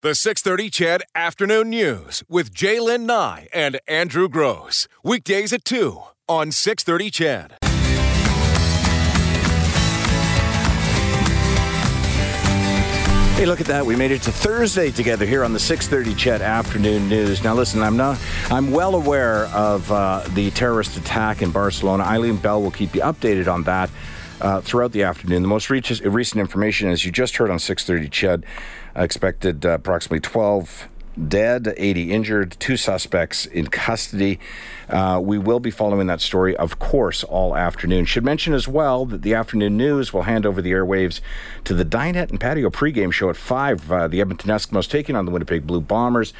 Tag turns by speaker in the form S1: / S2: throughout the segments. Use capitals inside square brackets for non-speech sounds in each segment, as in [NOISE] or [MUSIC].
S1: The 630 Chad Afternoon News with Jaylen Nye and Andrew Gross. Weekdays at 2 on 630 Chad.
S2: Hey, look at that. We made it to Thursday together here on the 6:30 Chet Afternoon News. Now listen, I'm not I'm well aware of uh, the terrorist attack in Barcelona. Eileen Bell will keep you updated on that. Uh, throughout the afternoon, the most reach- recent information, as you just heard on 6:30, Ched, expected uh, approximately 12 dead, 80 injured, two suspects in custody. Uh, we will be following that story, of course, all afternoon. Should mention as well that the afternoon news will hand over the airwaves to the Dinette and Patio pregame show at 5. Uh, the Edmonton Eskimos taking on the Winnipeg Blue Bombers.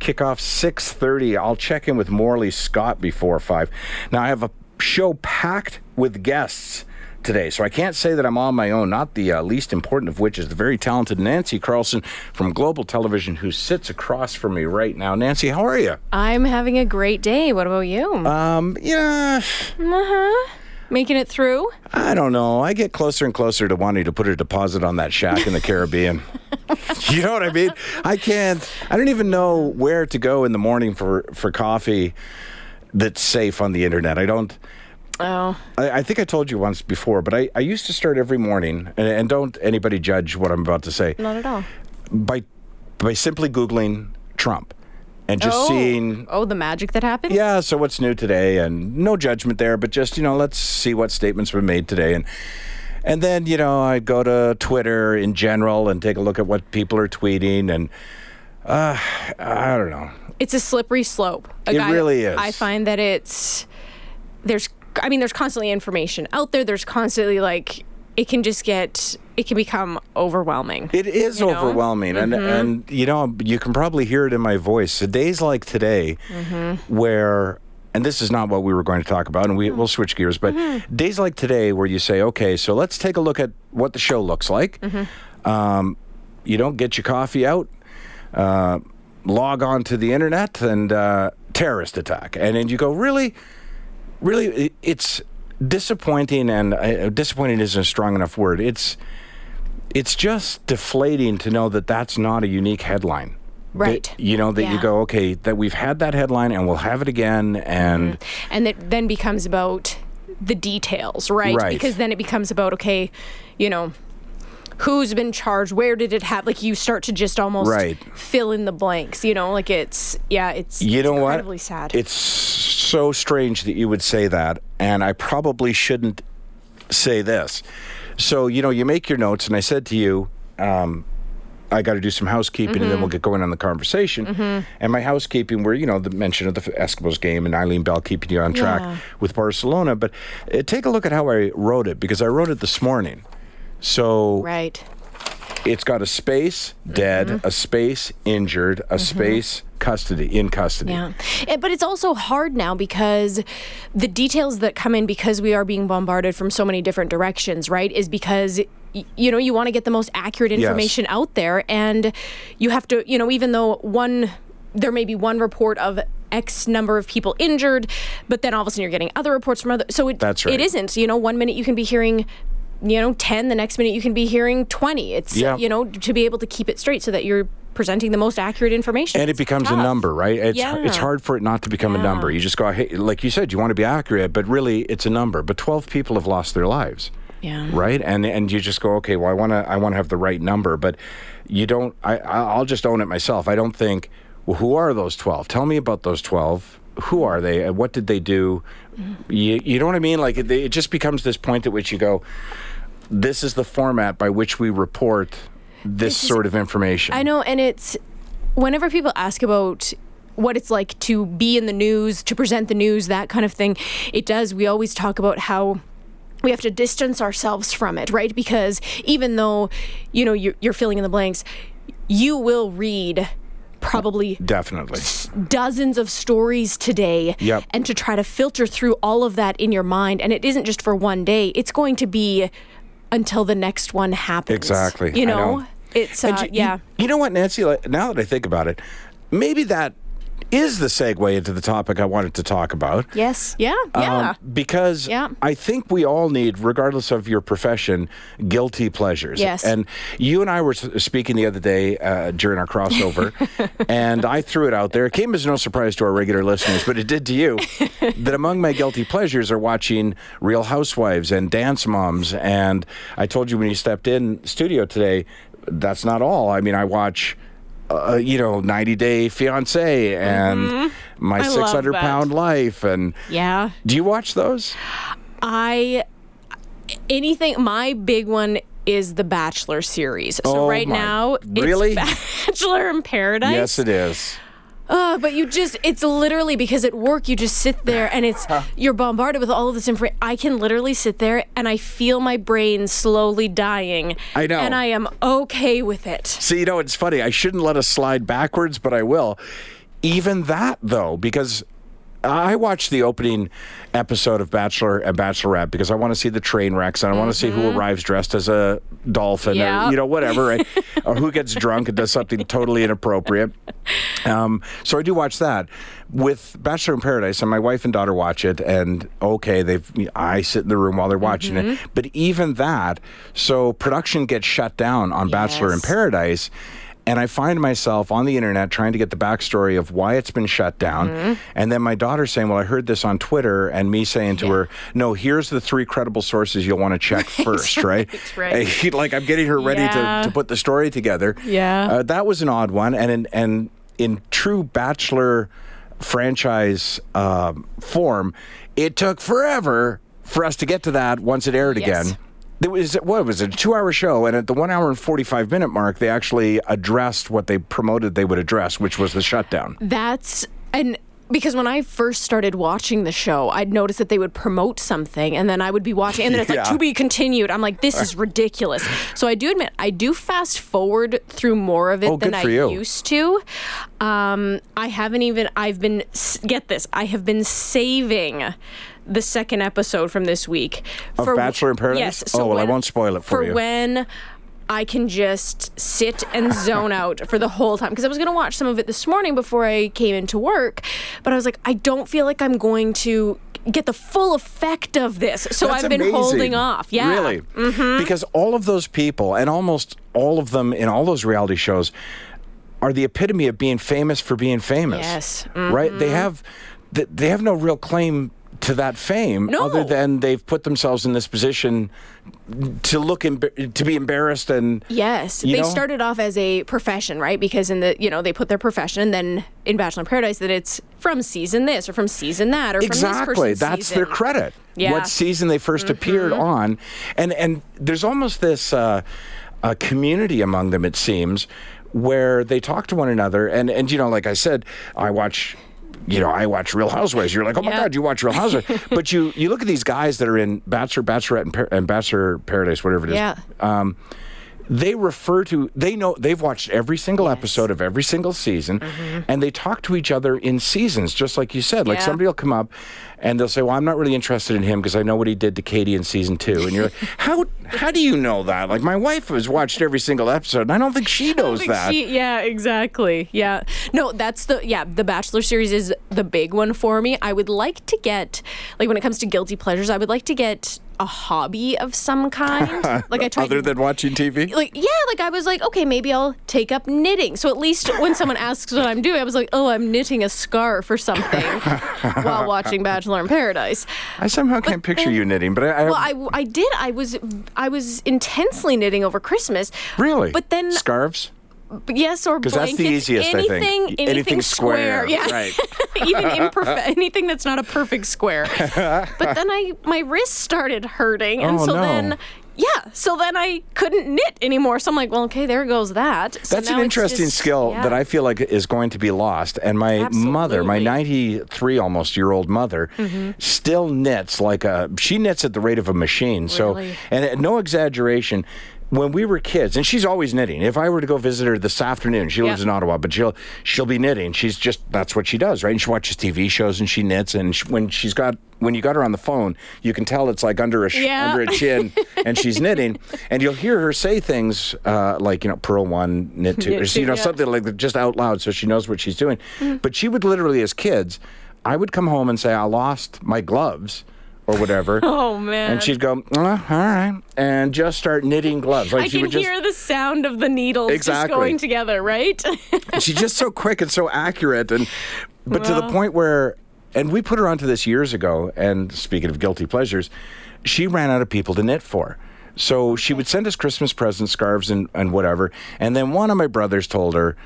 S2: Kickoff 6.30. I'll check in with Morley Scott before 5. Now, I have a show packed with guests today. So I can't say that I'm on my own, not the uh, least important of which is the very talented Nancy Carlson from Global Television, who sits across from me right now. Nancy, how are you?
S3: I'm having a great day. What about you?
S2: Um, yeah,
S3: huh. Making it through?
S2: I don't know. I get closer and closer to wanting to put a deposit on that shack in [LAUGHS] the Caribbean. you know what I mean? I can't, I don't even know where to go in the morning for, for coffee that's safe on the internet. I don't.
S3: Oh,
S2: I, I think I told you once before, but I, I used to start every morning, and, and don't anybody judge what I'm about to say,
S3: not at all.
S2: by by simply Googling Trump and just
S3: oh.
S2: seeing,
S3: Oh, the magic that happened?
S2: yeah, so what's new today, and no judgment there, but just you know, let's see what statements were made today, and and then you know, I'd go to Twitter in general and take a look at what people are tweeting, and uh, I don't know.
S3: It's a slippery slope. A
S2: It really is.
S3: I find that it's there's I mean there's constantly information out there. There's constantly like it can just get it can become overwhelming.
S2: It is
S3: know?
S2: overwhelming, and and you know you can probably hear it in my voice. So days like today, where and this is not what we were going to talk about, and we we'll switch gears. But days like today, where you say, okay, so let's take a look at what the show looks like. Um, you don't get your coffee out. Uh, log on to the internet and uh, terrorist attack, and then you go really really i- it's disappointing and uh, disappointing isn't a strong enough word it's it's just deflating to know that that's not a unique headline That-
S3: Right.
S2: you know that you
S3: Yeah.
S2: go okay that we've had that headline and we'll have it again
S3: Mm-hmm.
S2: and
S3: and it then becomes about the details, right?
S2: Right.
S3: Because then it becomes about okay, you know, who's been charged? Where did it happen? Like you start to just almost
S2: Right.
S3: fill in the blanks, you know? Like it's yeah, it's
S2: you
S3: it's
S2: know what
S3: incredibly sad.
S2: it's so strange that you would say that and i probably shouldn't say this so you know you make your notes and i said to you um, i got to do some housekeeping and
S3: Mm-hmm.
S2: then we'll get going on the conversation and my housekeeping were you know the mention of the eskimos game and eileen bell keeping you on track
S3: Yeah.
S2: with barcelona but uh, take a look at how i wrote it because i wrote it this morning so
S3: right. Mm-hmm.
S2: it's got a space dead a space injured a space custody in custody
S3: Yeah. Eh, but it's also hard now because the details that come in because we are being bombarded from so many different directions, right? Is because y- you know, you want to get the most accurate information out there and you have to, you know, even though one there may be one report of X number of people injured, but then all of a sudden you're getting other reports from other so it
S2: That's
S3: it
S2: right.
S3: isn't, you know, one minute you can be hearing you know 10 the next minute you can be hearing 20 it's
S2: Yeah.
S3: you know to be able to keep it straight so that you're presenting the most accurate information
S2: and it
S3: It's
S2: becomes a
S3: tough.
S2: number, right? It's it's
S3: Yeah.
S2: hard for it not to become a number. You just go, hey, like you said, you want to be accurate, but really it's a number. But twelve people have lost their lives,
S3: yeah
S2: right? And and you just go, okay, well, I want to I want to have the right number, but you don't. I I- I'll just own it myself. I don't think. Well, who are those twelve? Tell me about those twelve. Who are they? And What did they do?
S3: Mm-hmm.
S2: You, you know what I mean? Like it, it just becomes this point at which you go, this is the format by which we report this, sort of information.
S3: I know, and it's whenever people ask about what it's like to be in the news, to present the news, that kind of thing, it does. We always talk about how we have to distance ourselves from it, right? Because even though, you know, you're, you're filling in the blanks, you will read probably
S2: Definitely.
S3: dozens of stories today
S2: Yep.
S3: and to try to filter through all of that in your mind and it isn't just for one day it's going to be until the next one happens
S2: Exactly. I
S3: you know,
S2: know.
S3: it's uh,
S2: And you-
S3: yeah
S2: You, you know what, Nancy? Like, now that I think about it, maybe that is the segue into the topic I wanted to talk about.
S3: Yes. Yeah. Yeah.
S2: Um, because
S3: Yeah.
S2: I think we all need, regardless of your profession, guilty pleasures.
S3: Yes.
S2: And you and I were s- speaking the other day uh, during our
S3: [LAUGHS]
S2: crossover, and I threw it out there. It came as no surprise to our regular listeners, but it did to
S3: [LAUGHS]
S2: you that among my guilty pleasures are watching Real Housewives and Dance Moms. And I told you when you stepped in studio today, that's not all. I mean, I watch. Uh, you know, 90 Day Fiance and My
S3: Mm-hmm. love
S2: 600
S3: that.
S2: Pound Life. And
S3: yeah.
S2: do you watch those?
S3: I anything my big one is the Bachelor series. So
S2: Oh
S3: right
S2: my-
S3: now
S2: really?
S3: it's [LAUGHS] Bachelor in Paradise.
S2: Yes, it is.
S3: Uh, but you just it's literally because at work you just sit there and it's you're bombarded with all of this information. I can literally sit there and I feel my brain slowly dying.
S2: I know.
S3: And I am okay with it.
S2: See, you know, it's funny. I shouldn't let us slide backwards, but I will. Even that, though, because I watched the opening episode of Bachelor and Bachelorette because I want to see the train wrecks and I want to see who arrives dressed as a dolphin or,
S3: Yep.
S2: you know, whatever, right? or who gets drunk and does something totally inappropriate. Um, so I do watch that with Bachelor in Paradise, and my wife and daughter watch it. And okay, they've I sit in the room while they're watching it. But even that, so production gets shut down on Bachelor in
S3: Yes.
S2: Paradise. And I find myself on the internet trying to get the backstory of why it's been shut down.
S3: Mm-hmm.
S2: And then my daughter saying, Well, I heard this on Twitter, and me saying to her, No, here's the three credible sources you'll want to
S3: [LAUGHS]
S2: check first, right? [LAUGHS]
S3: right.
S2: like I'm getting her ready
S3: Yeah.
S2: to, to put the story together.
S3: Yeah.
S2: Uh, that was an odd one, and in, and in true Bachelor franchise um, form, it took forever for us to get to that once it aired
S3: Yes.
S2: again. There was what was it, a two-hour show, and at the one hour and forty-five minute mark, they actually addressed what they promoted they would address, which was the shutdown.
S3: That's and because when I first started watching the show, I'd notice that they would promote something and then I would be watching and then it's like
S2: [LAUGHS] Yeah.
S3: to be continued. I'm like,
S2: [LAUGHS]
S3: this is ridiculous. So I do admit I do fast forward through more of it
S2: Oh,
S3: than
S2: good
S3: I
S2: for you.
S3: used to. Um, I haven't even I've been s- get this, I have been saving the second episode from this week
S2: Of Bachelor in Paradise?
S3: Yes.
S2: Oh, well, I won't spoil it for you.
S3: when I can just sit and zone out for the whole time. Because I was going to watch some of it this morning before I came into work, but I was like, I don't feel like I'm going to get the full effect of this. So
S2: That's
S3: I've been
S2: amazing.
S3: holding off. Yeah. Mm-hmm.
S2: Really? Because all of those people, and almost all of them in all those reality shows, are the epitome of being famous for being famous.
S3: Yes. Mm-hmm.
S2: Right? They have, th- they have no real claim to that fame
S3: No.
S2: other than they've put themselves in this position to look emb- to be embarrassed and
S3: Yes,
S2: You
S3: they
S2: know?
S3: started off as a profession, right? Because in the you know they put their profession, and then in Bachelor in Paradise that it's from season this or from season that or from this
S2: exactly
S3: person's
S2: that's
S3: season.
S2: their credit
S3: Yeah. Mm-hmm.
S2: what season they 1st appeared on and and there's almost this uh, uh, community among them it seems where they talk to one another and and you know like i said i watch you know, I watch Real Housewives. You're like, oh my
S3: Yeah.
S2: God, you watch Real Housewives.
S3: [LAUGHS]
S2: but you you look at these guys that are in Bachelor, Bachelorette, and, Par- and Bachelor Paradise, whatever it is.
S3: Yeah.
S2: Um, they refer to they know they've watched every single episode of every single season and they talk to each other in seasons just like you said like
S3: Mm-hmm. Yeah.
S2: somebody will come up and they'll say well i'm not really interested in him because i know what he did to katie in season two and you're like [LAUGHS] how how do you know that like my wife has watched every single episode and i don't think she knows
S3: think
S2: that
S3: she- yeah, exactly. Yeah. No, that's the yeah, the Bachelor series is the big one for me. I would like to get like when it comes to guilty pleasures, I would like to get a hobby of
S2: [LAUGHS]
S3: some kind. like I tried
S2: other than watching tv
S3: like yeah, like I was like, okay, maybe I'll take up knitting. So at least when someone asks what I'm doing, I was like, oh, I'm knitting a scarf or something
S2: [LAUGHS]
S3: while watching Bachelor in Paradise.
S2: i somehow can't picture you knitting but i, I
S3: Well, I, I did. I was I was intensely knitting over Christmas.
S2: really
S3: But then
S2: scarves
S3: Yes, or
S2: because that's
S3: blankets.
S2: the easiest
S3: anything,
S2: i think
S3: Anything, square. Yeah.
S2: right
S3: [LAUGHS]
S2: [LAUGHS]
S3: Even imperfect, anything that's not a perfect square. But then I, my wrist started hurting, and
S2: Oh,
S3: so
S2: no.
S3: then, yeah, so then I couldn't knit anymore. So I'm like, well, okay, there goes that. So
S2: That's
S3: now
S2: an
S3: it's
S2: interesting
S3: just-
S2: skill
S3: yeah.
S2: that I feel like is going to be lost. And my mother, my
S3: Absolutely. Mm-hmm.
S2: 93 almost year old mother, still knits like a she knits at the rate of a machine. So,
S3: Really?
S2: and uh, no exaggeration, when we were kids, and she's always knitting. If I were to go visit her this afternoon, she lives
S3: Yeah.
S2: in Ottawa, but she'll she'll be knitting. She's just that's what she does, right? And she watches TV shows and she knits. And she, when she's got when you got her on the phone, you can tell it's like under a sh-
S3: Yeah.
S2: under a chin, and she's knitting. And you'll hear her say things uh, like you know purl one, knit two,
S3: Knit
S2: or,
S3: two,
S2: you know
S3: yeah. Mm-hmm.
S2: something like that, just out loud, so she knows what she's doing. But she would literally, as kids, I would come home and say I lost my gloves. Or whatever.
S3: [LAUGHS] Oh, man.
S2: And she'd go, "Uh, all right, and just start knitting gloves. Like
S3: I
S2: she
S3: can
S2: would just
S3: hear the sound of the needles
S2: Exactly.
S3: just going together, right? [LAUGHS]
S2: she's just so quick and so accurate and but to the
S3: Well.
S2: point where and we put her onto this years ago and speaking of guilty pleasures she ran out of people to knit for so she would send us christmas presents scarves and, and whatever and then one of my brothers told her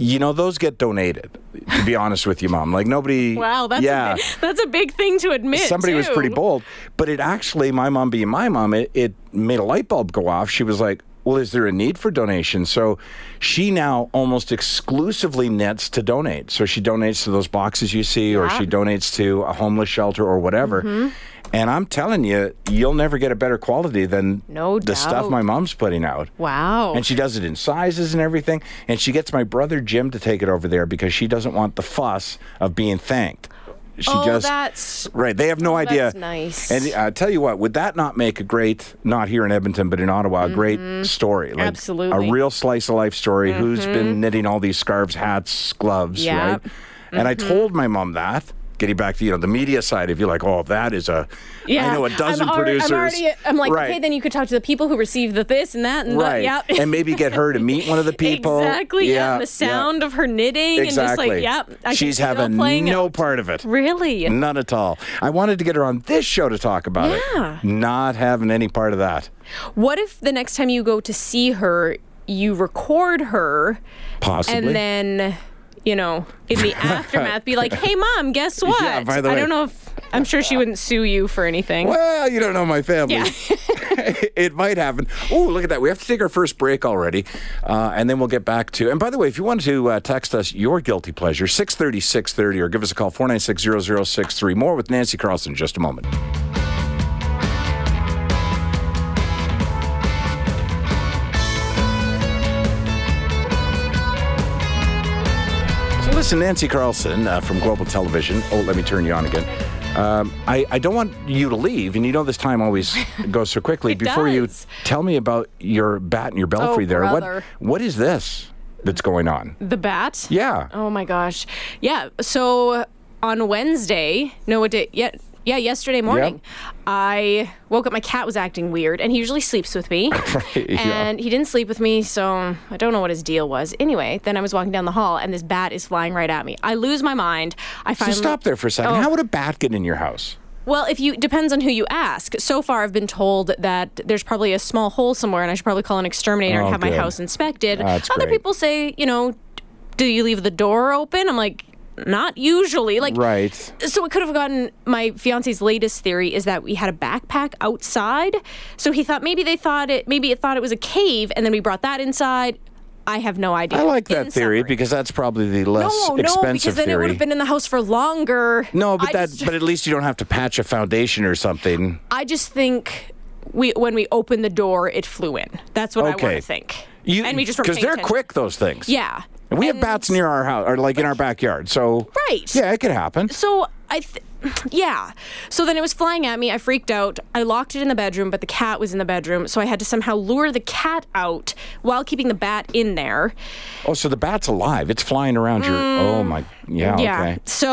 S2: you know those get donated to be honest with you mom like nobody
S3: wow, that's
S2: yeah
S3: a big, that's a big thing to admit.
S2: somebody was
S3: too.
S2: pretty bold but it actually my mom being my mom it, it made a light bulb go off she was like well is there a need for donations so she now almost exclusively knits to donate so she donates to those boxes you see or
S3: Yeah. Mm-hmm.
S2: she donates to a homeless shelter or whatever and i'm telling you you'll never get a better quality than
S3: No
S2: the stuff
S3: doubt.
S2: my mom's putting out
S3: Wow.
S2: and she does it in sizes and everything. And she gets my brother Jim to take it over there because she doesn't want the fuss of being thanked. She
S3: Oh,
S2: just
S3: that's-
S2: right. They have no idea.
S3: that's nice.
S2: And I tell you what, would that not make a great not here in Edmonton but in Ottawa a great story? Like
S3: Mm-hmm. Absolutely. Mm-hmm.
S2: a real slice of life story. Who's been knitting all these scarves, hats, gloves,
S3: Yep.
S2: right? And I
S3: Mm-hmm.
S2: told my mom that. Getting back to you know the media side, if you're like, oh, that is a, I
S3: yeah.
S2: know a dozen
S3: I'm alre-
S2: producers.
S3: I'm, already, I'm like,
S2: Right.
S3: okay, then you could talk to the people who received the this and that and
S2: Right.
S3: the, yep. [LAUGHS]
S2: and maybe get her to meet one of the people.
S3: Exactly. Yeah. and
S2: yeah.
S3: the sound of her knitting
S2: Exactly.
S3: and just like, yep. I can
S2: She's
S3: see it all
S2: having
S3: playing
S2: no
S3: out.
S2: part of it.
S3: Really?
S2: None at all. I wanted to get her on this show to talk about
S3: Yeah.
S2: it. Not having any part of that.
S3: What if the next time you go to see her, you record her
S2: Possibly.
S3: and then, you know, in
S2: [LAUGHS]
S3: the aftermath be like, hey, mom, guess what?
S2: by the
S3: I
S2: way-
S3: don't know if, I'm sure she wouldn't sue you for anything.
S2: well, you don't know my family.
S3: Yeah.
S2: [LAUGHS] it might happen. Oh, look at that. We have to take our first break already. Uh, and then we'll get back to. And by the way, if you want to uh, text us your guilty pleasure, 630 630, or give us a call, 496 0063. More with Nancy Carlson in just a moment. So listen, Nancy Carlson uh, from Global Television. Oh, let me turn you on again. Um, I, I don't want you to leave, and you know this time always
S3: [LAUGHS]
S2: goes so quickly.
S3: It
S2: Before
S3: does. Oh,
S2: you tell me about your bat and your belfry there,
S3: brother.
S2: what what is this that's going on?
S3: The bat?
S2: Yeah.
S3: Oh my gosh. Yeah. So on Wednesday, no, what day? Yeah, yeah. Yesterday morning, I woke up. My cat was acting weird, and he usually sleeps with me.
S2: [LAUGHS] Right, yeah.
S3: and he didn't sleep with me, so I don't know what his deal was. Anyway, then I was walking down the hall, and this bat is flying right at me. I lose my mind. I
S2: So
S3: finally
S2: stop there for a second.
S3: Oh.
S2: How would a bat get in your house?
S3: Well, if you depends on who you ask. So far, I've been told that there's probably a small hole somewhere, and I should probably call an exterminator
S2: Oh,
S3: and have my
S2: good.
S3: house inspected.
S2: That's
S3: Other
S2: great.
S3: people say, you know, do you leave the door open? I'm like, not usually. Like,
S2: Right.
S3: so it could have gotten my fiance's latest theory is that we had a backpack outside so he thought maybe they thought it maybe it thought it was a cave and then we brought that inside i have no idea
S2: I like that theory
S3: In summary. Oh,
S2: because that's probably the less
S3: no no because
S2: expensive
S3: then it would
S2: theory.
S3: have been in the house for longer
S2: no, but
S3: I
S2: that
S3: just,
S2: but at least you don't have to patch a foundation or something.
S3: i just think we when we opened the door it flew in that's what i
S2: Okay.
S3: want to think
S2: You,
S3: and we just were
S2: because
S3: paying
S2: they're
S3: attention.
S2: quick those things.
S3: yeah
S2: And we have
S3: And
S2: bats near our house, or like in our backyard. So
S3: Right.
S2: yeah, it could happen.
S3: so I, th- yeah. So then it was flying at me. I freaked out. I locked it in the bedroom, but the cat was in the bedroom, so I had to somehow lure the cat out while keeping the bat in there.
S2: Oh, so the bat's alive. It's flying around your. Oh my. Yeah.
S3: Mm. Yeah.
S2: Okay.
S3: So,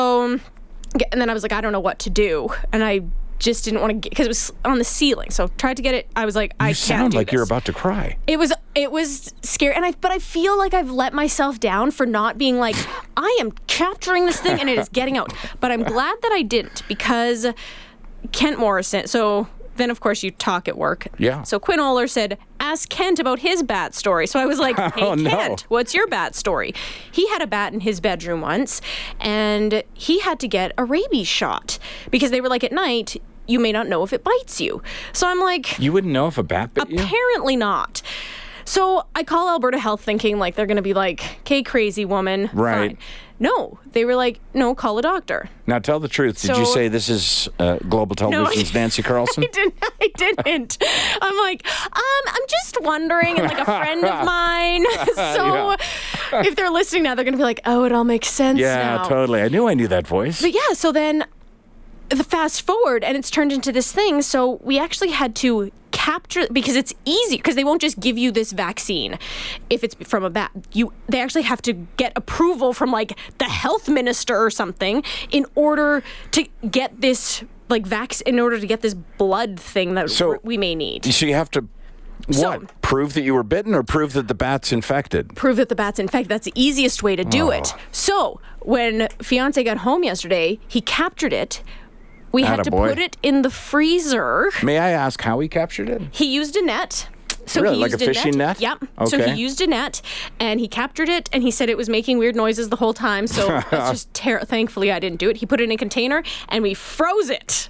S3: g- and then I was like, I don't know what to do, and I just didn't want to get because it was on the ceiling. So tried to get it. I was like, I
S2: You
S3: can't
S2: sound
S3: do
S2: like you're
S3: this.
S2: about to cry.
S3: It was it was scary, and I but I feel like I've let myself down for not being like I am capturing this thing and it is getting out. But I'm glad that I didn't because Kent Morrison. So then of course you talk at work.
S2: Yeah.
S3: So Quinn Oler said, "Ask Kent about his bat story." So I was like,
S2: [LAUGHS]
S3: "Hey
S2: Oh, no.
S3: Kent, what's your bat story?" He had a bat in his bedroom once, and he had to get a rabies shot because they were like at night. You may not know if it bites you. So I'm like,
S2: You wouldn't know if a bat bit you.
S3: Apparently not. So I call Alberta Health thinking like they're going to be like, okay, crazy woman.
S2: Right.
S3: fine." No, they were like, no, call a doctor. [LAUGHS]
S2: Now tell the truth. Did you
S3: So-
S2: say this is uh, Global
S3: [LAUGHS]
S2: Television's Nancy Carlson?
S3: I didn't. I didn't. I'm like, um, I'm just wondering, and like a
S2: [LAUGHS]
S3: friend of mine. [LAUGHS] so if they're listening now, they're gonna be like, oh, it all makes sense.
S2: Yeah,
S3: now.
S2: totally. I knew I knew that voice.
S3: But yeah, so then the fast forward, and it's turned into this thing. So we actually had to capture because it's easy because they won't just give you this vaccine if it's from a bat you they actually have to get approval from like the health minister or something in order to get this like vax in order to get this blood thing that
S2: So-
S3: we may need
S2: So you have to what?
S3: So-
S2: prove that you were bitten or prove that the bat's infected?
S3: prove that the bat's infected. That's the easiest way to
S2: Oh.
S3: do it. So when fiance got home yesterday, he captured it. We had to
S2: Attaboy.
S3: put it in the freezer.
S2: May I ask how he captured it?
S3: He used a net. So
S2: Really?
S3: he
S2: Like
S3: used
S2: a fishing net?
S3: Yep. So
S2: Okay.
S3: he used a net and he captured it and he said it was making weird noises the whole time. So
S2: [LAUGHS]
S3: that's just ter- thankfully I didn't do it. He put it in a container and we froze it.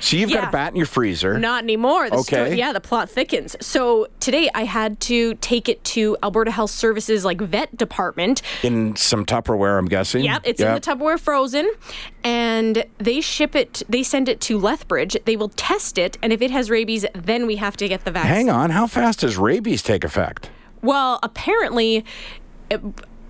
S2: So you've got
S3: Yeah.
S2: a bat in your freezer.
S3: Not anymore. The
S2: Okay.
S3: Story, yeah, the plot thickens. So today I had to take it to Alberta Health Services like vet department
S2: In some Tupperware, I'm guessing.
S3: Yep, it's in the Tupperware frozen, and they ship it. They send it to Lethbridge. They will test it, and if it has rabies, then we have to get the vaccine.
S2: Hang on, how fast does rabies take effect?
S3: Well, apparently, it-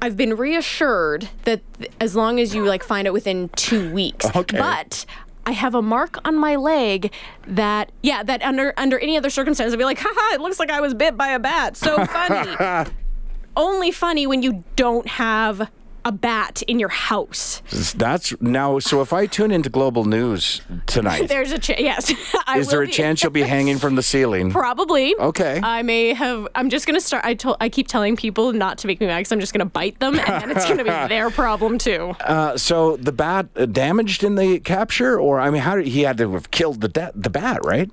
S3: I've been reassured that th- as long as you like find it within two weeks,
S2: Okay.
S3: but. I have a mark on my leg that, yeah, that under under any other circumstance, I'd be like, haha, it looks like I was bit by a bat.
S2: [LAUGHS]
S3: So funny. Only funny when you don't have a bat in your house.
S2: That's now. So if I tune into global news
S3: [LAUGHS]
S2: tonight,
S3: There's a chance. Yes, I
S2: is there
S3: will
S2: a
S3: be-
S2: chance you'll be hanging from the ceiling?
S3: Probably.
S2: Okay.
S3: I may have. I'm just gonna start. I told. I keep telling people not to make me mad because I'm just gonna bite them, and then it's gonna be
S2: [LAUGHS]
S3: their problem too.
S2: Uh, so the bat uh, damaged in the capture, or I mean, how did he had to have killed the da- the bat, right?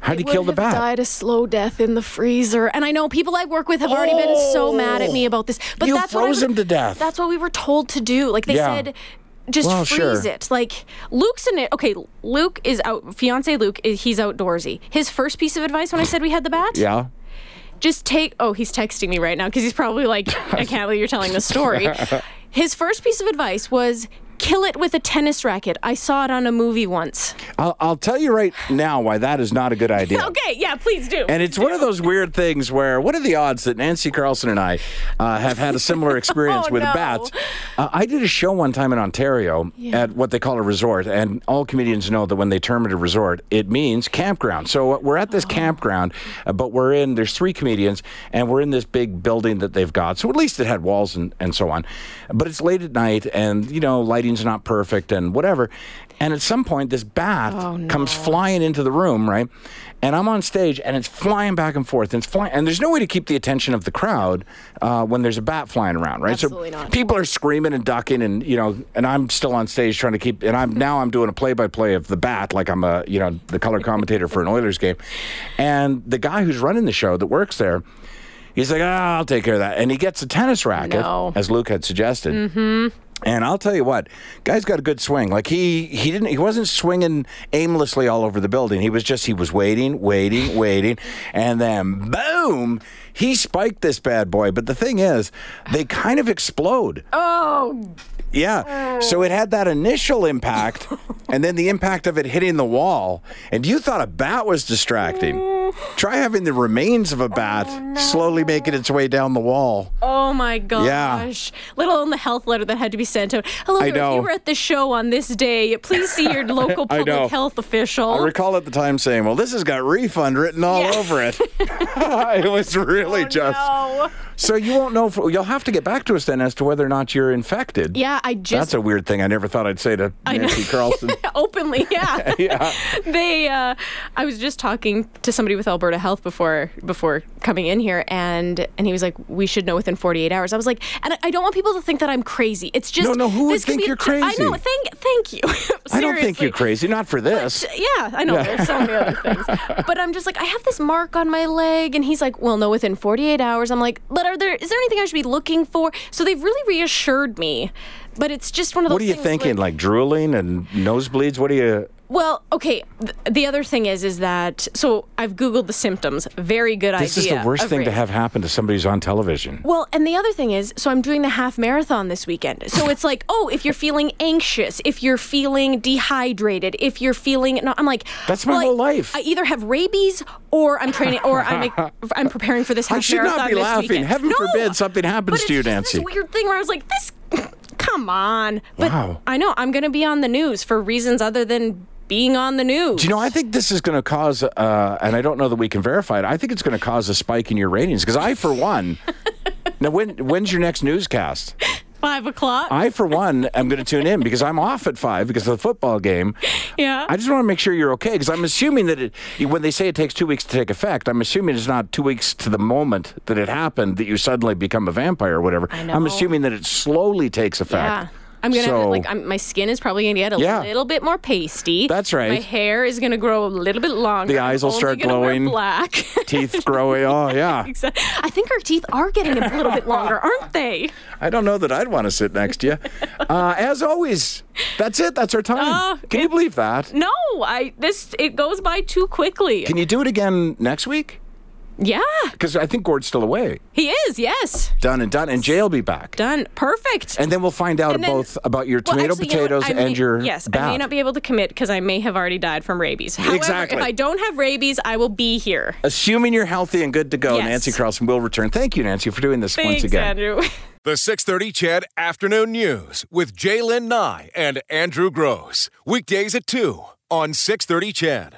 S2: How did he kill the bat?
S3: Died a slow death in the freezer, and I know people I work with have already been so mad at me about this.
S2: Oh!
S3: But
S2: You
S3: that's what I
S2: froze
S3: was-
S2: him to death.
S3: That's what we were told to do. Like they
S2: Yeah.
S3: said. Just
S2: Well,
S3: freeze
S2: sure.
S3: it. Like Luke's in it. Okay, Luke is out. Fiance Luke, is, he's outdoorsy. His first piece of advice when I said we had the bat,
S2: Yeah.
S3: just take oh he's texting me right now because he's probably like i can't believe you're telling this
S2: [LAUGHS]
S3: story his first piece of advice was kill it with a tennis racket i saw it on a movie once
S2: I'll, I'll tell you right now why that is not a good idea.
S3: [LAUGHS] okay yeah please do
S2: And it's one of those weird things where what are the odds that Nancy Carlson and I uh, have had a similar experience
S3: [LAUGHS] Oh,
S2: with
S3: no.
S2: bats? Uh, I did a show one time in Ontario at what they call a resort, and all comedians know that when they term it a resort, it means campground. So uh, we're at
S3: Oh.
S2: this campground, uh, but we're in, there's three comedians, and we're in this big building that they've got. So at least it had walls and, and so on. But it's late at night, and, you know, lighting's not perfect and whatever. And at some point, this bat
S3: Oh,
S2: comes flying into the room, right? And I'm on stage, and it's flying back and forth, and it's flying. And there's no way to keep the attention of the crowd uh, when there's a bat flying around, right?
S3: Absolutely
S2: so
S3: not.
S2: people are screaming and ducking, and you know, and I'm still on stage trying to keep. And I'm now I'm doing a play-by-play of the bat, like I'm a you know the color commentator for an Oilers game, and the guy who's running the show that works there. He's like, ah, I'll take care of that. And he gets a tennis racket,
S3: No.
S2: as Luke had suggested. And I'll tell you what, guy's got a good swing. Like he he didn't he wasn't swinging aimlessly all over the building. He was just he was waiting, waiting, waiting, and then boom, he spiked this bad boy. But the thing is, they kind of explode.
S3: oh
S2: Yeah. So it had that initial impact and then the impact of it hitting the wall and you thought a bat was distracting. Try having the remains of a bat slowly making its way down the wall.
S3: oh my gosh let alone the health letter that had to be sent out hello
S2: I
S3: if
S2: know.
S3: you were at the show on this day please
S2: [LAUGHS]
S3: see your local
S2: I know. Oh,
S3: public health official
S2: I recall at the time saying, "Well, this has got refund written all
S3: Yeah. Oh,
S2: over
S3: [LAUGHS]
S2: it." [LAUGHS] it was really just.
S3: no.
S2: So you won't know. For, you'll have to get back to us then as to whether or not you're infected.
S3: yeah i
S2: That's
S3: just
S2: a weird thing. I never thought I'd say
S3: [LAUGHS]
S2: to
S3: know.
S2: Nancy Carlson.
S3: [LAUGHS]
S2: [LAUGHS]
S3: openly yeah
S2: yeah.
S3: [LAUGHS] they uh, i was just talking to somebody with alberta health before before coming in here and and he was like we should know within 48 hours i was like and i, I don't want people to think that i'm crazy it's just
S2: No, no, who would
S3: this could
S2: think
S3: be a
S2: you're
S3: ju-
S2: crazy?
S3: i know thank thank you [LAUGHS]
S2: I don't think you're
S3: Seriously. uh,
S2: crazy. Not for this.
S3: yeah, I know. There's so many other
S2: [LAUGHS]
S3: things. But I'm just like, I have this mark on my leg. And he's like, well, no, within 48 hours. I'm like, but are there, is there anything I should be looking for? So they've really reassured me. But it's just one of those
S2: What are you
S3: things
S2: thinking?
S3: where-
S2: Like drooling and nosebleeds? What are you?
S3: Well, okay. Th- the other thing is, is that so I've googled the symptoms. Very good idea.
S2: This is the worst
S3: of
S2: thing to
S3: rape.
S2: have happen to somebody who's on television.
S3: Well, and the other thing is, so I'm doing the half marathon this weekend. So it's like, oh, if you're feeling anxious, if you're feeling dehydrated, if you're feeling, no, I'm like,
S2: That's my
S3: well, I-
S2: whole life.
S3: I either have rabies or I'm training or
S2: [LAUGHS]
S3: I'm I'm preparing for this half
S2: I should
S3: marathon.
S2: not be
S3: this
S2: laughing.
S3: weekend.
S2: Heaven
S3: No!
S2: forbid something happens
S3: But
S2: to you,
S3: it's just
S2: Nancy.
S3: This weird thing where I was like, this, come on. But
S2: Wow.
S3: I know I'm going to be on the news for reasons other than being on the news.
S2: Do you know, I think this is going to cause, uh, and I don't know that we can verify it, I think it's going to cause a spike in your ratings because I, for
S3: [LAUGHS]
S2: one, now when, when's your next newscast?
S3: Five o'clock.
S2: I, for one, am going to tune in because I'm off at five because of the football game.
S3: yeah.
S2: I just want to make sure you're okay because I'm assuming that it, when they say it takes two weeks to take effect, I'm assuming it's not two weeks to the moment that it happened that you suddenly become a vampire or whatever.
S3: I know.
S2: I'm assuming that it slowly takes
S3: yeah.
S2: effect.
S3: I'm gonna have,
S2: So-
S3: like I'm, my skin is probably gonna get a
S2: Yeah.
S3: little bit more pasty.
S2: That's right.
S3: My hair is gonna grow a little bit longer.
S2: The eyes will
S3: I'm only
S2: start
S3: gonna wear
S2: glowing. [LAUGHS]
S3: black. [LAUGHS]
S2: Teeth growing. Oh, yeah.
S3: Exactly. I think our teeth are getting a little bit longer, aren't they?
S2: I don't know that I'd want to sit next to you. Uh, as always, that's it. That's our time.
S3: Oh,
S2: Can you believe that?
S3: No, I this it goes by too quickly.
S2: Can you do it again next week?
S3: yeah,
S2: Because I think Gord's still away.
S3: he is. Yes,
S2: Done and done. And Jay will be back.
S3: done. Perfect.
S2: And then we'll find out
S3: And then-
S2: both about your
S3: Well,
S2: tomato
S3: actually, you know what?
S2: potatoes
S3: I may-
S2: and your
S3: yes, I may
S2: bath.
S3: not be able to commit because I may have already died from rabies. However,
S2: Exactly.
S3: if I don't have rabies, I will be here.
S2: Assuming you're healthy and good to go,
S3: Yes.
S2: Nancy Carlson will return. Thank you, Nancy, for doing this once
S3: Thanks,
S2: again.
S3: Andrew. [LAUGHS]
S1: The 630 Chad Afternoon News with Jaylen Nye and Andrew Gross. Weekdays at 2 on 630 Chad.